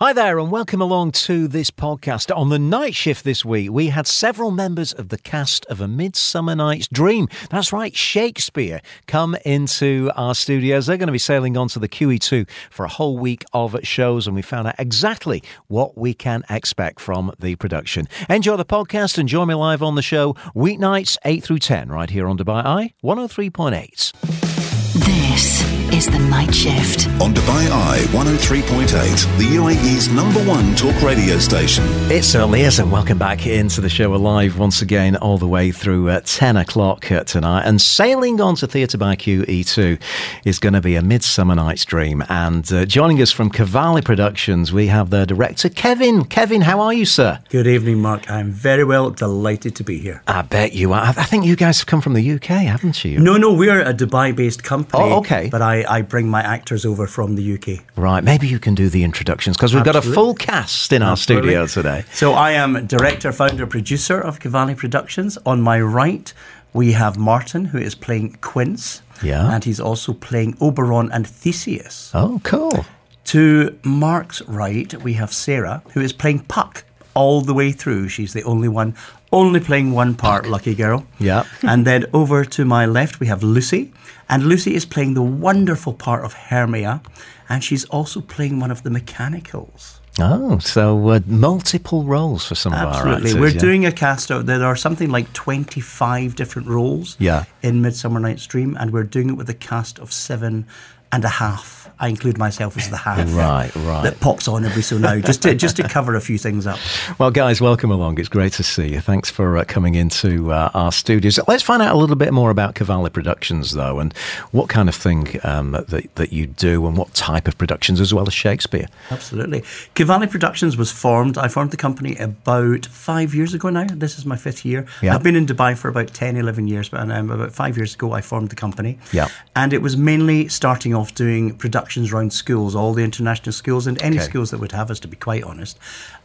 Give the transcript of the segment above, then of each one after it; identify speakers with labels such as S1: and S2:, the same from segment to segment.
S1: Hi there, and welcome along to this podcast. On the night shift this week, we had several members of the cast of A Midsummer Night's Dream. That's right, Shakespeare, come into our studios. They're going to be sailing on to the QE2 for a whole week of shows, and we found out exactly what we can expect from the production. Enjoy the podcast and join me live on the show weeknights 8 through 10, right here on Dubai oh Eye 103.8.
S2: This is the night shift.
S3: On Dubai Eye 103.8, the UAE's number one talk radio station.
S1: It certainly is, and welcome back into the show alive once again, all the way through at 10 o'clock uh, tonight. And sailing on to Theatre by QE2 is going to be a Midsummer Night's Dream. And uh, joining us from Cavalli Productions, we have their director, Kevin. Kevin, how are you, sir?
S4: Good evening, Mark. I'm very well, delighted to be here.
S1: I bet you are. I I think you guys have come from the UK, haven't you?
S4: No, no, we're a Dubai based company.
S1: Oh, okay.
S4: But I, I bring my actors over from the UK.
S1: Right, maybe you can do the introductions because we've got a
S4: Absolutely.
S1: full cast in our
S4: Absolutely.
S1: studio today.
S4: So I am director, founder, producer of Cavalli Productions. On my right, we have Martin, who is playing Quince.
S1: Yeah.
S4: And he's also playing Oberon and Theseus.
S1: Oh, cool.
S4: To Mark's right, we have Sarah, who is playing Puck all the way through. She's the only one, only playing one part, lucky girl.
S1: Yeah.
S4: and then over to my left, we have Lucy. And Lucy is playing the wonderful part of Hermia. And she's also playing one of the mechanicals.
S1: Oh, so uh, multiple roles for some of our
S4: Absolutely.
S1: actors.
S4: We're
S1: yeah.
S4: doing a cast out. There are something like 25 different roles
S1: Yeah.
S4: in Midsummer Night's Dream. And we're doing it with a cast of seven and a half. I include myself as the half.
S1: Right, right.
S4: That pops on every so now, just to just to cover a few things up.
S1: Well, guys, welcome along. It's great to see you. Thanks for uh, coming into uh, our studios. Let's find out a little bit more about Cavalli Productions, though, and what kind of thing um, that, that you do and what type of productions, as well as Shakespeare.
S4: Absolutely. Cavalli Productions was formed. I formed the company about five years ago now. This is my fifth year.
S1: Yeah.
S4: I've been in Dubai for about 10, 11 years, but um, about five years ago, I formed the company.
S1: Yeah.
S4: And it was mainly starting off doing productions around schools, all the international schools and any
S1: Okay.
S4: schools that would have us, to be quite honest.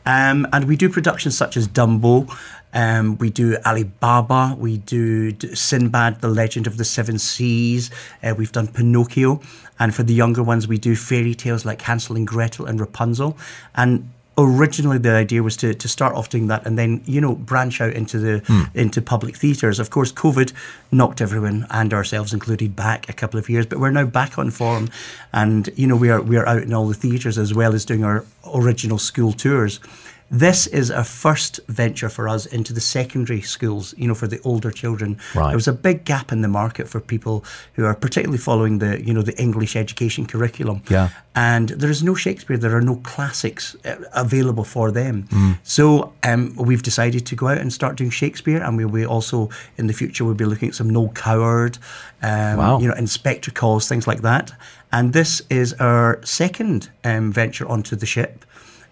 S4: Um, and we do productions such as Dumbo. Um, we do Alibaba, we do d- Sinbad, the Legend of the Seven Seas. Uh, we've done Pinocchio, and for the younger ones, we do fairy tales like Hansel and Gretel and Rapunzel. And originally, the idea was to, to start off doing that, and then you know branch out into the
S1: Hmm.
S4: into public theatres. Of course, COVID knocked everyone and ourselves included back a couple of years, but we're now back on form, and you know we are we are out in all the theatres as well as doing our original school tours. This is our first venture for us into the secondary schools, you know, for the older children.
S1: Right.
S4: There was a big gap in the market for people who are particularly following the, you know, the English education curriculum.
S1: Yeah.
S4: And there is no Shakespeare, there are no classics uh, available for them. So um, we've decided to go out and start doing Shakespeare, and we'll be also in the future we'll be looking at some Noel Coward, um,
S1: Wow.
S4: you know, Inspector Calls, things like that. And this is our second um, venture onto the ship.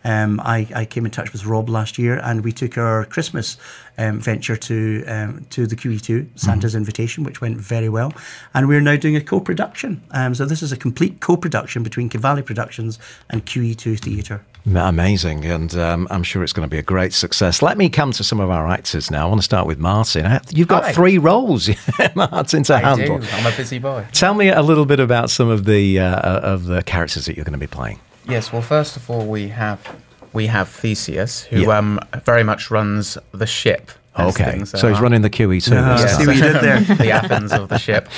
S4: Um, I, I came in touch with Rob last year, and we took our Christmas um, venture to um, to the QE2 Santa's Invitation, which went very well. And we're now doing a co-production. Um, so this is a complete co-production between Cavalli Productions and QE2 Theatre.
S1: M- Amazing, and um, I'm sure it's going to be a great success. Let me come to some of our actors now. I want to start with Martin. I- You've got
S5: Hi.
S1: three roles, Martin, to
S5: I
S1: handle.
S5: do. I'm a busy boy.
S1: Tell me a little bit about some of the uh, of the characters that you're going to be playing.
S5: Yes. Well, first of all, we have we have Theseus, who
S1: Yeah.
S5: um very much runs the ship. as
S1: Okay,
S5: things
S1: so he's
S5: are.
S1: running the QE too.
S4: Yeah.
S1: this
S4: I see
S1: time.
S4: what you did there.
S5: the Athens of the ship,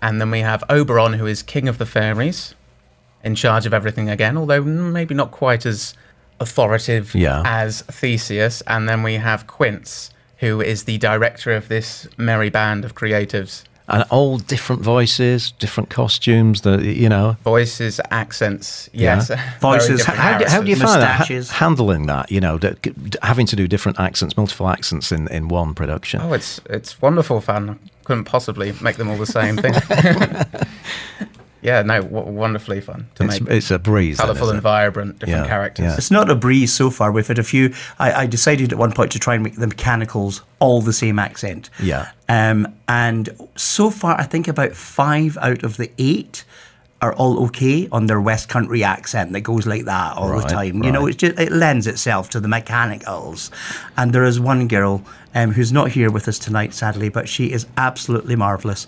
S5: and then we have Oberon, who is king of the fairies, in charge of everything again. Although maybe not quite as authoritative
S1: Yeah.
S5: as Theseus, and then we have Quince, who is the director of this merry band of creatives.
S1: and all different voices, different costumes. The you know,
S5: Voices, accents, yes.
S1: Yeah.
S5: very
S4: Voices.
S5: different
S4: How
S1: how, do- how do you
S5: characters.
S1: find that,
S4: Moustaches.
S1: ha- handling that? You know, d- g- d- having to do different accents, multiple accents in, in one production.
S5: Oh, it's it's wonderful fun. Couldn't possibly make them all the same thing. yeah, no, w- wonderfully fun to
S1: it's,
S5: make.
S1: it's a breeze. then,
S5: colourful
S1: isn't it?
S5: and vibrant, different
S1: Yeah,
S5: characters.
S1: yeah.
S4: It's not a breeze so far. We've had a few. I, I decided at one point to try and make the mechanicals all the same accent.
S1: Yeah.
S4: Um, and so far, I think about five out of the eight are all okay on their West Country accent that goes like that all
S1: Right,
S4: the time. You know,
S1: right.
S4: it's just, it lends itself to the mechanicals. And there is one girl um, who's not here with us tonight, sadly, but she is absolutely marvellous.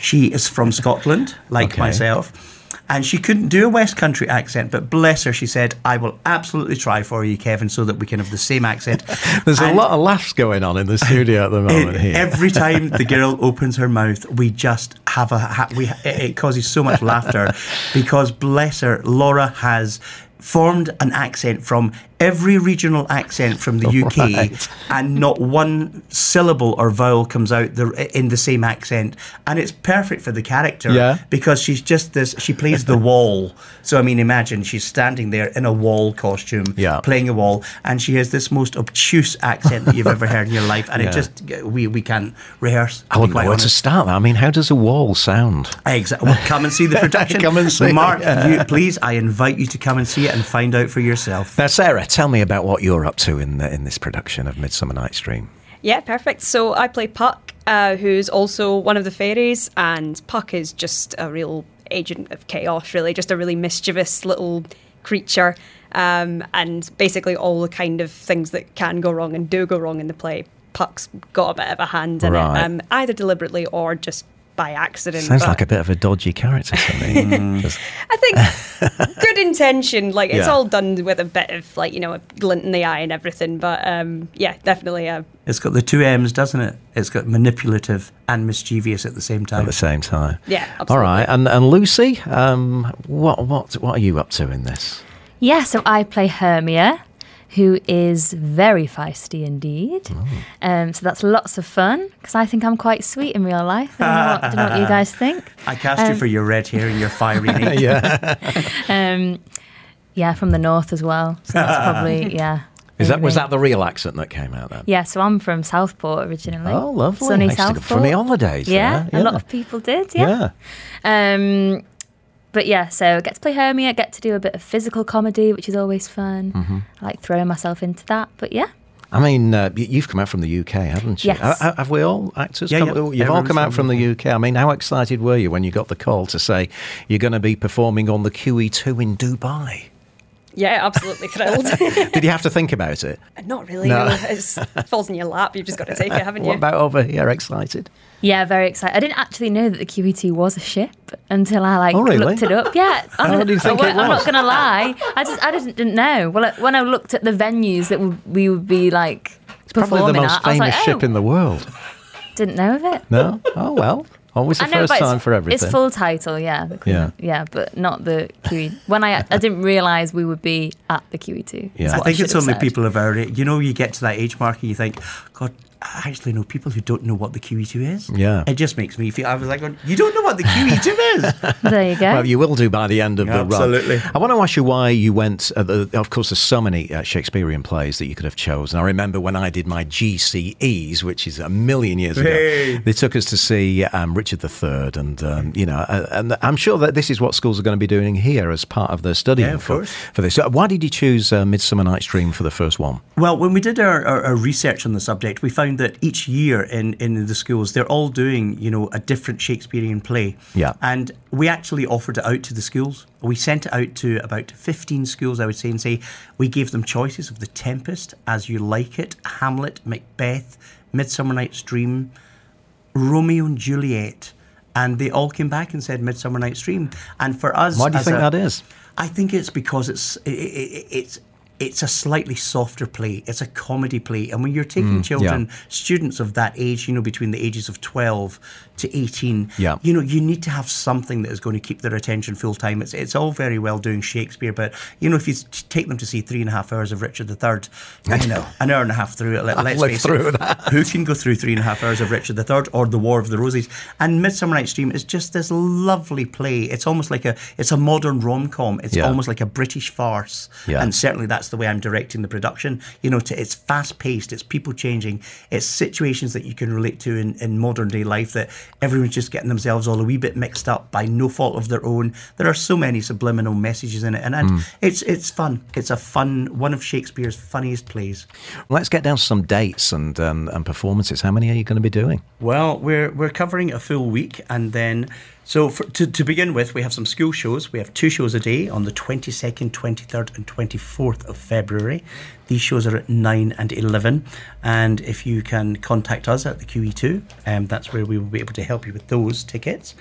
S4: She is from Scotland, like
S1: Okay.
S4: myself. And she couldn't do a West Country accent, but bless her, she said, I will absolutely try for you, Kevin, so that we can have the same accent.
S1: There's a
S4: And
S1: lot of laughs going on in the studio at the moment here.
S4: Every time the girl opens her mouth, we just have a ha- we it it causes so much laughter because bless her, Laura has formed an accent from every regional accent from the UK
S1: Right.
S4: and not one syllable or vowel comes out the, in the same accent and it's perfect for the character
S1: Yeah.
S4: because she's just this she plays the wall so i mean imagine she's standing there in a wall costume
S1: Yeah.
S4: playing a wall and she has this most obtuse accent that you've ever heard in your life and
S1: Yeah.
S4: it just we we can't rehearse
S1: I wouldn't know where to start. I mean, how does a wall sound?
S4: exactly well, come and see the production
S1: Come and see,
S4: mark
S1: yeah.
S4: you, please i invite you to come and see it and find out for yourself
S1: Now, Sarah, tell me about what you're up to in the, in this production of Midsummer Night's Dream.
S6: Yeah, perfect. So I play Puck, uh, who's also one of the fairies, and Puck is just a real agent of chaos, really, just a really mischievous little creature, um, and basically all the kind of things that can go wrong and do go wrong in the play. Puck's got a bit of a hand in
S1: Right.
S6: it, um, either deliberately or just by accident.
S1: Sounds
S6: but-
S1: like a bit of a dodgy character to
S5: Hmm.
S1: me. Just-
S6: I think good intention. Like it's
S1: Yeah.
S6: all done with a bit of like you know a glint in the eye and everything. But um, yeah, definitely a
S4: it's got the two m's doesn't it it's got manipulative and mischievous at the same time
S1: at the same time.
S6: Yeah,
S1: All
S6: absolutely.
S1: right. And and Lucy, um, what what what are you up to in this?
S7: Yeah, so I play Hermia, who is very feisty indeed.
S1: Oh.
S7: Um, so that's lots of fun because I think I'm quite sweet in real life. I don't know what, don't know what you guys think.
S4: i cast you
S7: Um,
S4: for your red hair and your fiery nature
S1: Yeah.
S7: Um, yeah, from the north as well. So that's probably yeah.
S1: Is that was
S7: maybe.
S1: that the real accent that came out then?
S7: Yeah, so I'm from Southport originally.
S1: Oh, lovely.
S7: Sunny
S1: I used to go
S7: Southport.
S1: for my holidays
S7: Yeah,
S1: there,
S7: a
S1: yeah.
S7: lot of people did. Um, but yeah, so I get to play Hermia, I get to do a bit of physical comedy, which is always fun.
S1: Mm-hmm.
S7: I like throwing myself into that. But yeah,
S1: I mean, uh, y- you've come out from the UK, haven't you?
S7: Yes.
S1: Ha- ha- Have we all actors?
S4: Yeah,
S1: come,
S4: yeah.
S1: You've all come
S4: Everyone's
S1: out from
S4: from
S1: the UK. I mean, how excited were you when you got the call to say you're going to be performing on the QE2 in Dubai?
S6: yeah, absolutely thrilled.
S1: Did you have to think about it?
S6: Not really.
S1: No.
S6: No. It's, it falls in your lap. You've just got to take it, haven't you?
S1: What about over here? Excited?
S7: yeah, very excited. I didn't actually know that the QET was a ship until I like
S1: Oh, really?
S7: looked it up. Yeah,
S1: How
S7: I'm-
S1: do you think
S7: I,
S1: it was?
S7: I'm not gonna lie. I just I didn't, didn't know. Well, like, when I looked at the venues that we, we would be like performing
S1: Probably the most
S7: at, I was
S1: famous
S7: like, oh,
S1: ship in the world.
S7: didn't know of it.
S1: No? Oh, well. Always the
S7: I know,
S1: first
S7: but it's-
S1: time for everything.
S7: It's full title, yeah. the Queen.
S1: Yeah.
S7: yeah, but not the QE. When I I didn't realise we would be at the QE two.
S1: Yeah.
S7: is
S1: I
S7: what
S4: I think it's
S7: should have
S4: only
S7: said.
S4: people of our age. You know, you get to that age mark and you think, God, I actually know people who don't know what the QE2 is.
S1: Yeah.
S4: It just makes me feel, I was like, "Oh, you don't know what the QE2 is.
S7: There you go.
S1: Well, you will do by the end of the run.
S4: Absolutely.
S1: I want to ask you why you went. Uh, the, of course, there's so many uh, Shakespearean plays that you could have chosen. I remember when I did my GCEs, which is a million years ago.
S4: Hey.
S1: They took us to see um, Richard III, and um, you know, uh, and I'm sure that this is what schools are going to be doing here as part of their studying
S4: Yeah, of
S1: for,
S4: course.
S1: for this. So why did you choose uh, Midsummer Night's Dream for the first one?
S4: well, when we did our, our, our research on the subject, we found that each year in, in the schools, they're all doing, you know, a different Shakespearean play.
S1: Yeah.
S4: And we actually offered it out to the schools. We sent it out to about 15 schools, I would say, and say, we gave them choices of The Tempest, As You Like It, Hamlet, Macbeth, Midsummer Night's Dream, Romeo and Juliet, and they all came back and said Midsummer Night's Dream. And for us,
S1: Why do you
S4: as
S1: think
S4: a-
S1: that is?
S4: I think it's because it's i i i- it's it's a slightly softer play. It's a comedy play, and
S1: Mm,
S4: when you're taking children, students of that age, you know, between the ages of twelve to eighteen,
S1: Yeah.
S4: you know, you need to have something that is going to keep their attention full time. It's it's all very well doing Shakespeare, but you know, if you t- take them to see three and a half hours of Richard III, you know, an hour and a half through it. Let, us
S1: lived
S4: face
S1: through
S4: it,
S1: that.
S4: who can go through three and a half hours of Richard III or The War of the Roses? And Midsummer Night's Dream is just this lovely play. It's almost like a it's a modern rom com. It's
S1: Yeah.
S4: almost like a British farce,
S1: Yeah.
S4: and certainly that's the way I'm directing the production. You know, to, it's fast paced, it's people changing, it's situations that you can relate to in, in modern day life that everyone's just getting themselves all a wee bit mixed up by no fault of their own. There are so many subliminal messages in it, and, and
S1: Hmm.
S4: it's it's fun. It's a fun one of Shakespeare's funniest plays.
S1: Let's get down to some dates and um, and performances. How many are you going to be doing?
S4: Well, we're we're covering a full week, and then So, for, to, to begin with, we have some school shows. We have two shows a day on the 22nd, 23rd, and 24th of February. These shows are at 9 and 11. And if you can contact us at the QE2, um, that's where we will be able to help you with those tickets.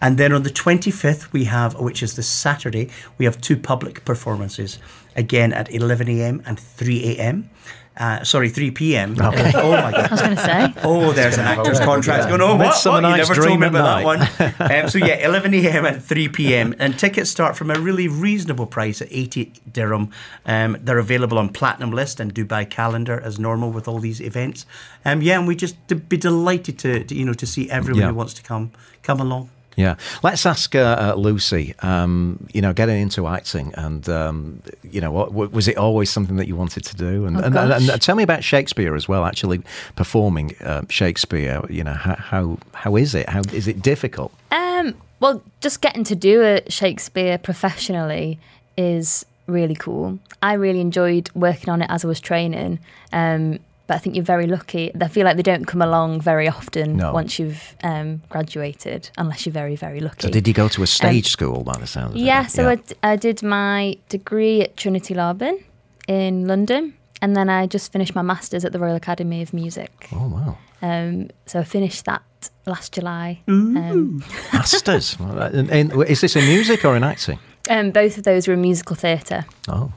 S4: And then on the 25th, we have, which is the Saturday, we have two public performances again at 11 a.m. and 3 a.m. Uh, sorry, 3 p.m. Oh my God.
S7: I was going to say.
S4: Oh, there's an actor's contract going on. What?
S1: Midsummer
S4: what? You
S1: Night's
S4: never told
S1: Dream
S4: me
S1: at
S4: about that one. Um, so yeah, 11 a.m. and 3 p.m. And tickets start from a really reasonable price at 80 dirham. Um, they're available on Platinum List and Dubai Calendar as normal with all these events. Um, yeah, and we just d- be delighted to, to, you know to see everyone
S1: Yeah.
S4: who wants to come come along.
S1: Yeah, let's ask uh, uh, Lucy. Um, you know, getting into acting, and um, you know, what, what, was it always something that you wanted to do? And,
S7: Oh,
S1: and, and,
S7: gosh.
S1: and tell me about Shakespeare as well. Actually, performing uh, Shakespeare. You know, how, how how is it? How is it difficult?
S7: Um, well, just getting to do a Shakespeare professionally is really cool. I really enjoyed working on it as I was training. Um, but I think you're very lucky. I feel like they don't come along very often
S1: No.
S7: once you've um, graduated, unless you're very, very lucky.
S1: So, did you go to a stage school by the sound of it?
S7: Yeah, so I d I I, did my degree at Trinity Laban in London, and then I just finished my master's at the Royal Academy of Music.
S1: oh wow,
S7: Um, so I finished that last July. Um,
S1: masters. Well, and, and is this in music or in acting?
S7: um, both of those were in musical theatre.
S1: Oh,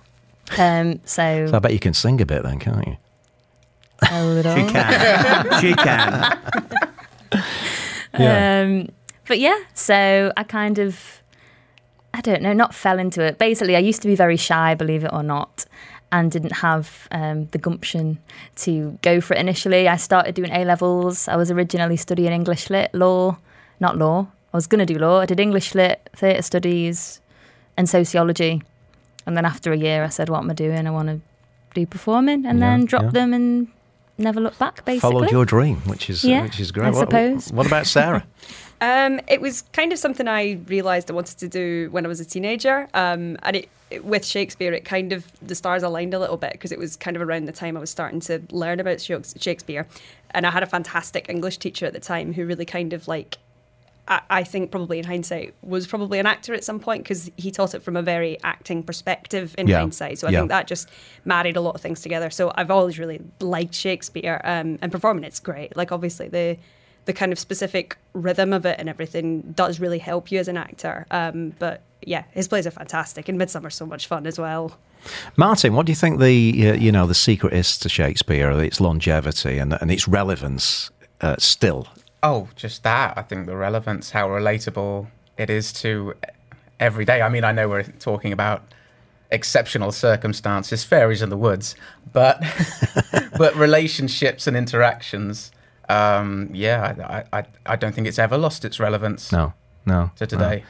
S7: Um, so,
S1: so I bet you can sing a bit then, can't you?
S7: a little.
S4: She can, she can.
S7: Um, but yeah, so I kind of, I don't know, not fell into it. Basically, I used to be very shy, believe it or not, and didn't have um, the gumption to go for it initially. I started doing A levels. I was originally studying English lit, law, not law. I was going to do law. I did English lit, theatre studies, and sociology. And then after a year, I said, What am I doing? I want to do performing, and
S1: Yeah,
S7: then dropped
S1: yeah.
S7: them and never looked back, basically.
S1: Followed your dream, which is
S7: Yeah,
S1: which is great.
S7: I
S1: What-
S7: suppose.
S1: what about Sarah?
S6: Um, it was kind of something I realised I wanted to do when I was a teenager, um, and it, it- with Shakespeare, it kind of the stars aligned a little bit because it was kind of around the time I was starting to learn about Shakes- Shakespeare, and I had a fantastic English teacher at the time who really kind of like. I I think probably in hindsight was probably an actor at some point because he taught it from a very acting perspective in
S1: Yeah.
S6: hindsight. So I
S1: Yeah.
S6: think that just married a lot of things together. So I've always really liked Shakespeare um, and performing it's great. Like obviously the the kind of specific rhythm of it and everything does really help you as an actor. Um, but yeah, his plays are fantastic and Midsummer's so much fun as well.
S1: Martin, what do you think the uh, you know the secret is to Shakespeare, its longevity and and its relevance uh, still?
S5: Oh, just that. I think the relevance, how relatable it is to every day. I mean, I know we're talking about exceptional circumstances, fairies in the woods, but but relationships and interactions. Um, yeah, I, I I don't think it's ever lost its relevance
S1: No, no.
S5: to today.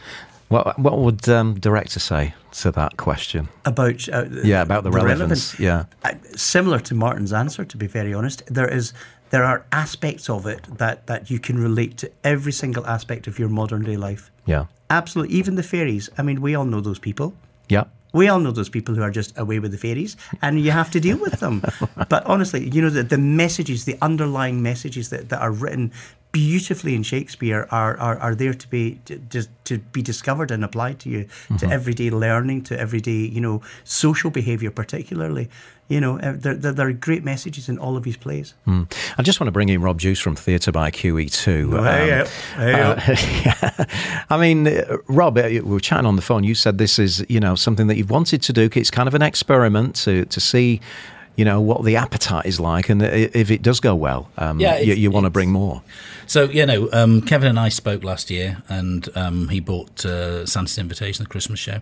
S1: What what would um, director say to that question?
S4: About uh,
S1: Yeah, about the,
S4: relevance.
S1: relevance. Yeah.
S4: I- similar to Martin's answer, to be very honest, there is there are aspects of it that that you can relate to every single aspect of your modern day life.
S1: Yeah.
S4: Absolutely, even the fairies. I mean, we all know those people.
S1: Yeah.
S4: We all know those people who are just away with the fairies, and you have to deal with them. but honestly, you know the, the messages, the underlying messages that, that are written beautifully in Shakespeare are, are, are there to be to, to, to be discovered and applied to you to
S1: Mm-hmm.
S4: everyday learning, to everyday you know social behaviour, particularly. You know, uh, there, there, there are great messages in all of his plays.
S1: Mm. Hmm. I just want to bring in Rob Juice from Theatre by E QE2.
S4: Hey, hey, hey.
S1: Uh, I mean, uh, Rob, uh, we were chatting on the phone. You said this is, you know, something that you've wanted to do. It's kind of an experiment to to see, you know, what the appetite is like, and i- if it does go well, um,
S8: Yeah,
S1: you,
S8: it's-
S1: you want to
S8: it's-
S1: bring more.
S8: So you know, um, Kevin and I spoke last year, and um, he bought uh, Santa's invitation, the Christmas show,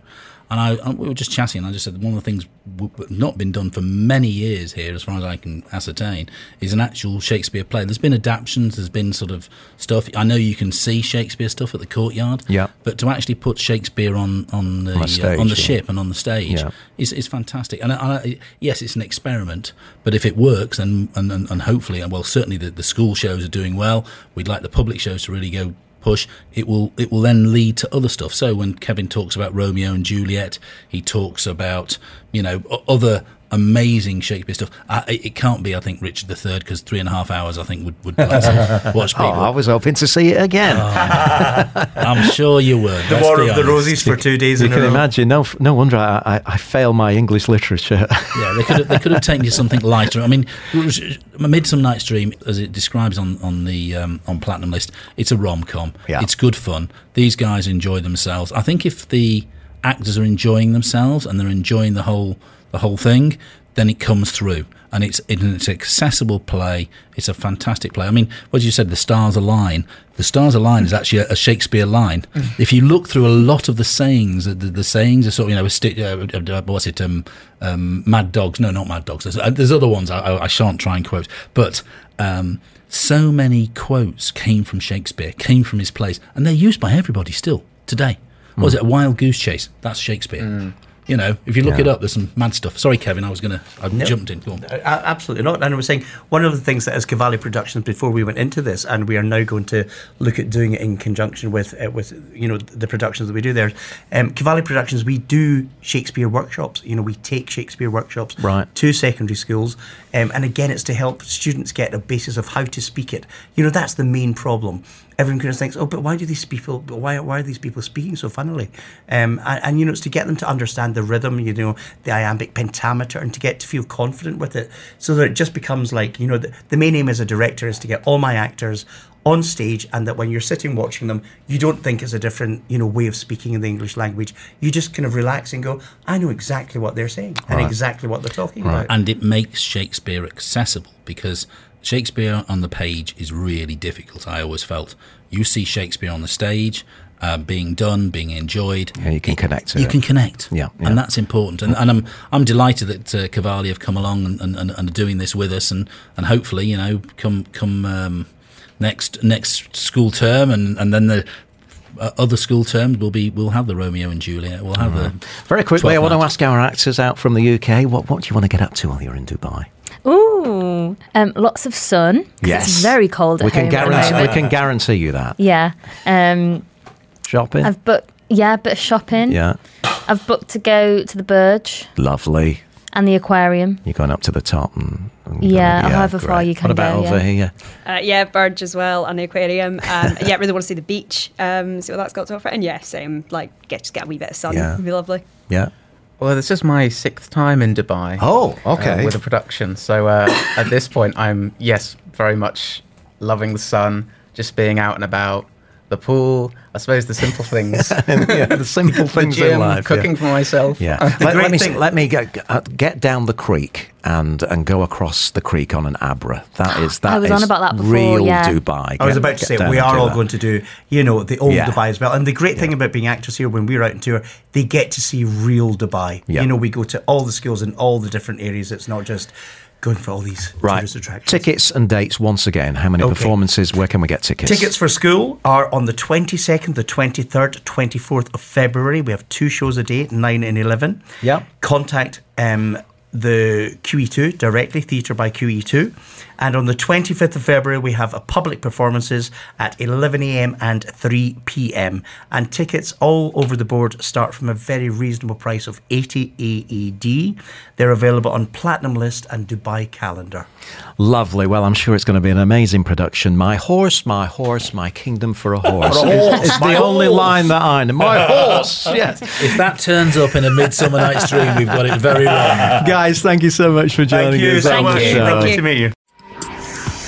S8: and I and we were just chatting. And I just said one of the things w- w- not been done for many years here, as far as I can ascertain, is an actual Shakespeare play. There's been adaptions, there's been sort of stuff. I know you can see Shakespeare stuff at the courtyard,
S1: Yeah.
S8: But to actually put Shakespeare on on the
S1: On a
S8: uh,
S1: stage,
S8: on the
S1: yeah.
S8: ship and on the stage
S1: Yeah.
S8: is, is fantastic. And, I- and I, yes, it's an experiment, but if it works, then and, and, and hopefully, and well, certainly the, the school shows are doing well. We'd like the public shows to really go push. It will it will then lead to other stuff. So when Kevin talks about Romeo and Juliet, he talks about you know o- other amazing Shakespeare stuff. I, it it can't be, I think, Richard III, because three and a half hours, I think, would, would like, watch
S1: Oh,
S8: people.
S1: I was hoping to see it again.
S8: Uh, I'm sure you would.
S4: The War of the Roses for two days
S1: you
S4: in a
S1: can
S4: row.
S1: imagine. No, f- no wonder I, I, I fail my English literature.
S8: Yeah, they could have, they could have taken you something lighter. I mean, Midsummer Night's Dream, as it describes on on the um, on Platinum List, it's a rom com.
S1: Yeah.
S8: It's good fun. These guys enjoy themselves. I think if the actors are enjoying themselves and they're enjoying the whole the whole thing, then it comes through. And it's it- it's an accessible play. It's a fantastic play. I mean, as you said, the stars align. The stars align is actually a, a Shakespeare line. if you look through a lot of the sayings, the, the sayings are sort of you know a sti- uh, uh, what's it um, um, Mad Dogs? No, not Mad Dogs. There's, uh, there's other ones I, I, I shan't try and quote, but um, so many quotes came from Shakespeare, came from his plays, and they're used by everybody still today. What was it a wild goose chase? That's Shakespeare. You know, if you look it up, there's some mad stuff. Sorry, Kevin, I was gonna, I jumped in. Go on.
S4: A- Absolutely not. And I was saying one of the things that as Cavalli Productions before we went into this, and we are now going to look at doing it in conjunction with uh, with you know the productions that we do there. Um, Cavalli Productions, we do Shakespeare workshops. You know, we take Shakespeare workshops
S1: Right.
S4: to secondary schools, um, and again, it's to help students get a basis of how to speak it. You know, that's the main problem. Everyone kind of thinks, oh, but why do these people? Why why are these people speaking so funnily? Um, and, and you know, it's to get them to understand the rhythm. You know, the iambic pentameter, and to get to feel confident with it, so that it just becomes like you know, the, the main aim as a director is to get all my actors on stage and that when you're sitting watching them you don't think it's a different you know way of speaking in the english language you just kind of relax and go i know exactly what they're saying and exactly what they're talking about
S8: and it makes Shakespeare accessible because Shakespeare on the page is really difficult. I always felt you see Shakespeare on the stage uh, being done, being enjoyed.
S1: Yeah, you can connect to
S8: You
S1: it.
S8: can connect,
S1: Yeah, yeah.
S8: and that's important. And, and I'm I'm delighted that uh, Cavalli have come along and, and, and are doing this with us, and, and hopefully you know come come um, next next school term, and, and then the uh, other school terms will be we'll have the Romeo and Juliet, we'll have the
S1: Very quickly, I
S8: 12
S1: want to
S8: nights.
S1: ask our actors out from the UK what, what do you want to get up to while you're in Dubai?
S7: Ooh, um, lots of sun. 'cause it's very cold at
S1: We can
S7: home at the
S1: guarantee. We
S7: moment.
S1: can guarantee you that
S7: Yeah, um,
S1: shopping.
S7: I've booked. Yeah, a bit of shopping.
S1: yeah,
S7: I've booked to go to the Burge
S1: lovely.
S7: and the aquarium.
S1: You're going up to the top, and, and
S7: Yeah, however far
S1: great.
S7: you can
S1: What about
S7: go,
S1: over
S7: yeah.
S1: here?
S6: Uh, yeah, Burge as well and the aquarium. Um, yeah, really want to see the beach, um, see what that's got to offer. And yeah, same, like get just get a wee bit of sun.
S1: Yeah.
S6: Would be lovely.
S1: Yeah.
S5: Well, this is my sixth time in Dubai.
S1: Oh,
S5: uh,
S1: okay.
S5: with a production, so uh, at this point, I'm yes, very much loving the sun, just being out and about, the pool. I suppose the simple things,
S1: yeah, the simple
S5: the
S1: things in
S5: gym,
S1: life. yeah.
S5: cooking for myself.
S1: Yeah. let, let
S4: great
S1: me
S4: thing-
S1: let me get uh, get down the creek and and go across the creek on an abra. That is that
S7: I was
S1: is
S7: on about that before,
S1: real
S7: yeah.
S1: Dubai.
S4: I was
S1: Get-
S4: about to
S1: get
S4: say
S1: down
S4: we
S1: and
S4: are
S1: do
S4: all
S1: that.
S4: going to do, you know, the old
S1: Yeah.
S4: Dubai as well. And the great thing about being actors here, when we're out on tour, they get to see real Dubai.
S1: Yeah.
S4: You know, we go to all the schools in all the different areas. It's not just going for all these
S1: right.
S4: tourist attractions.
S1: Tickets and dates once again. How many
S4: Okay.
S1: performances? Where can we get tickets?
S4: Tickets for school are on the 22nd, the 23rd, 24th of February. We have two shows a day, 9 and 11.
S1: Yeah.
S4: Contact um, the QE2 directly, Theatre by QE2. And on the 25th of February, we have a public performances at 11am and 3pm. And tickets all over the board start from a very reasonable price of 80 AED. They're available on Platinum List and Dubai Calendar.
S1: Lovely. Well, I'm sure it's going to be an amazing production. My horse, my horse, my kingdom for a horse.
S4: For a
S1: It's-
S4: horse,
S1: It's
S4: my
S1: the only
S4: horse.
S1: line that I know. My horse. Yes.
S8: If that turns up in a Midsummer Night's Dream, we've got it very wrong.
S1: Guys, thank you so much for joining
S4: Thank you
S1: us.
S4: so
S1: on
S4: much.
S1: the
S6: you.
S1: show.
S6: Thank
S4: Lovely
S6: you.
S4: to meet you.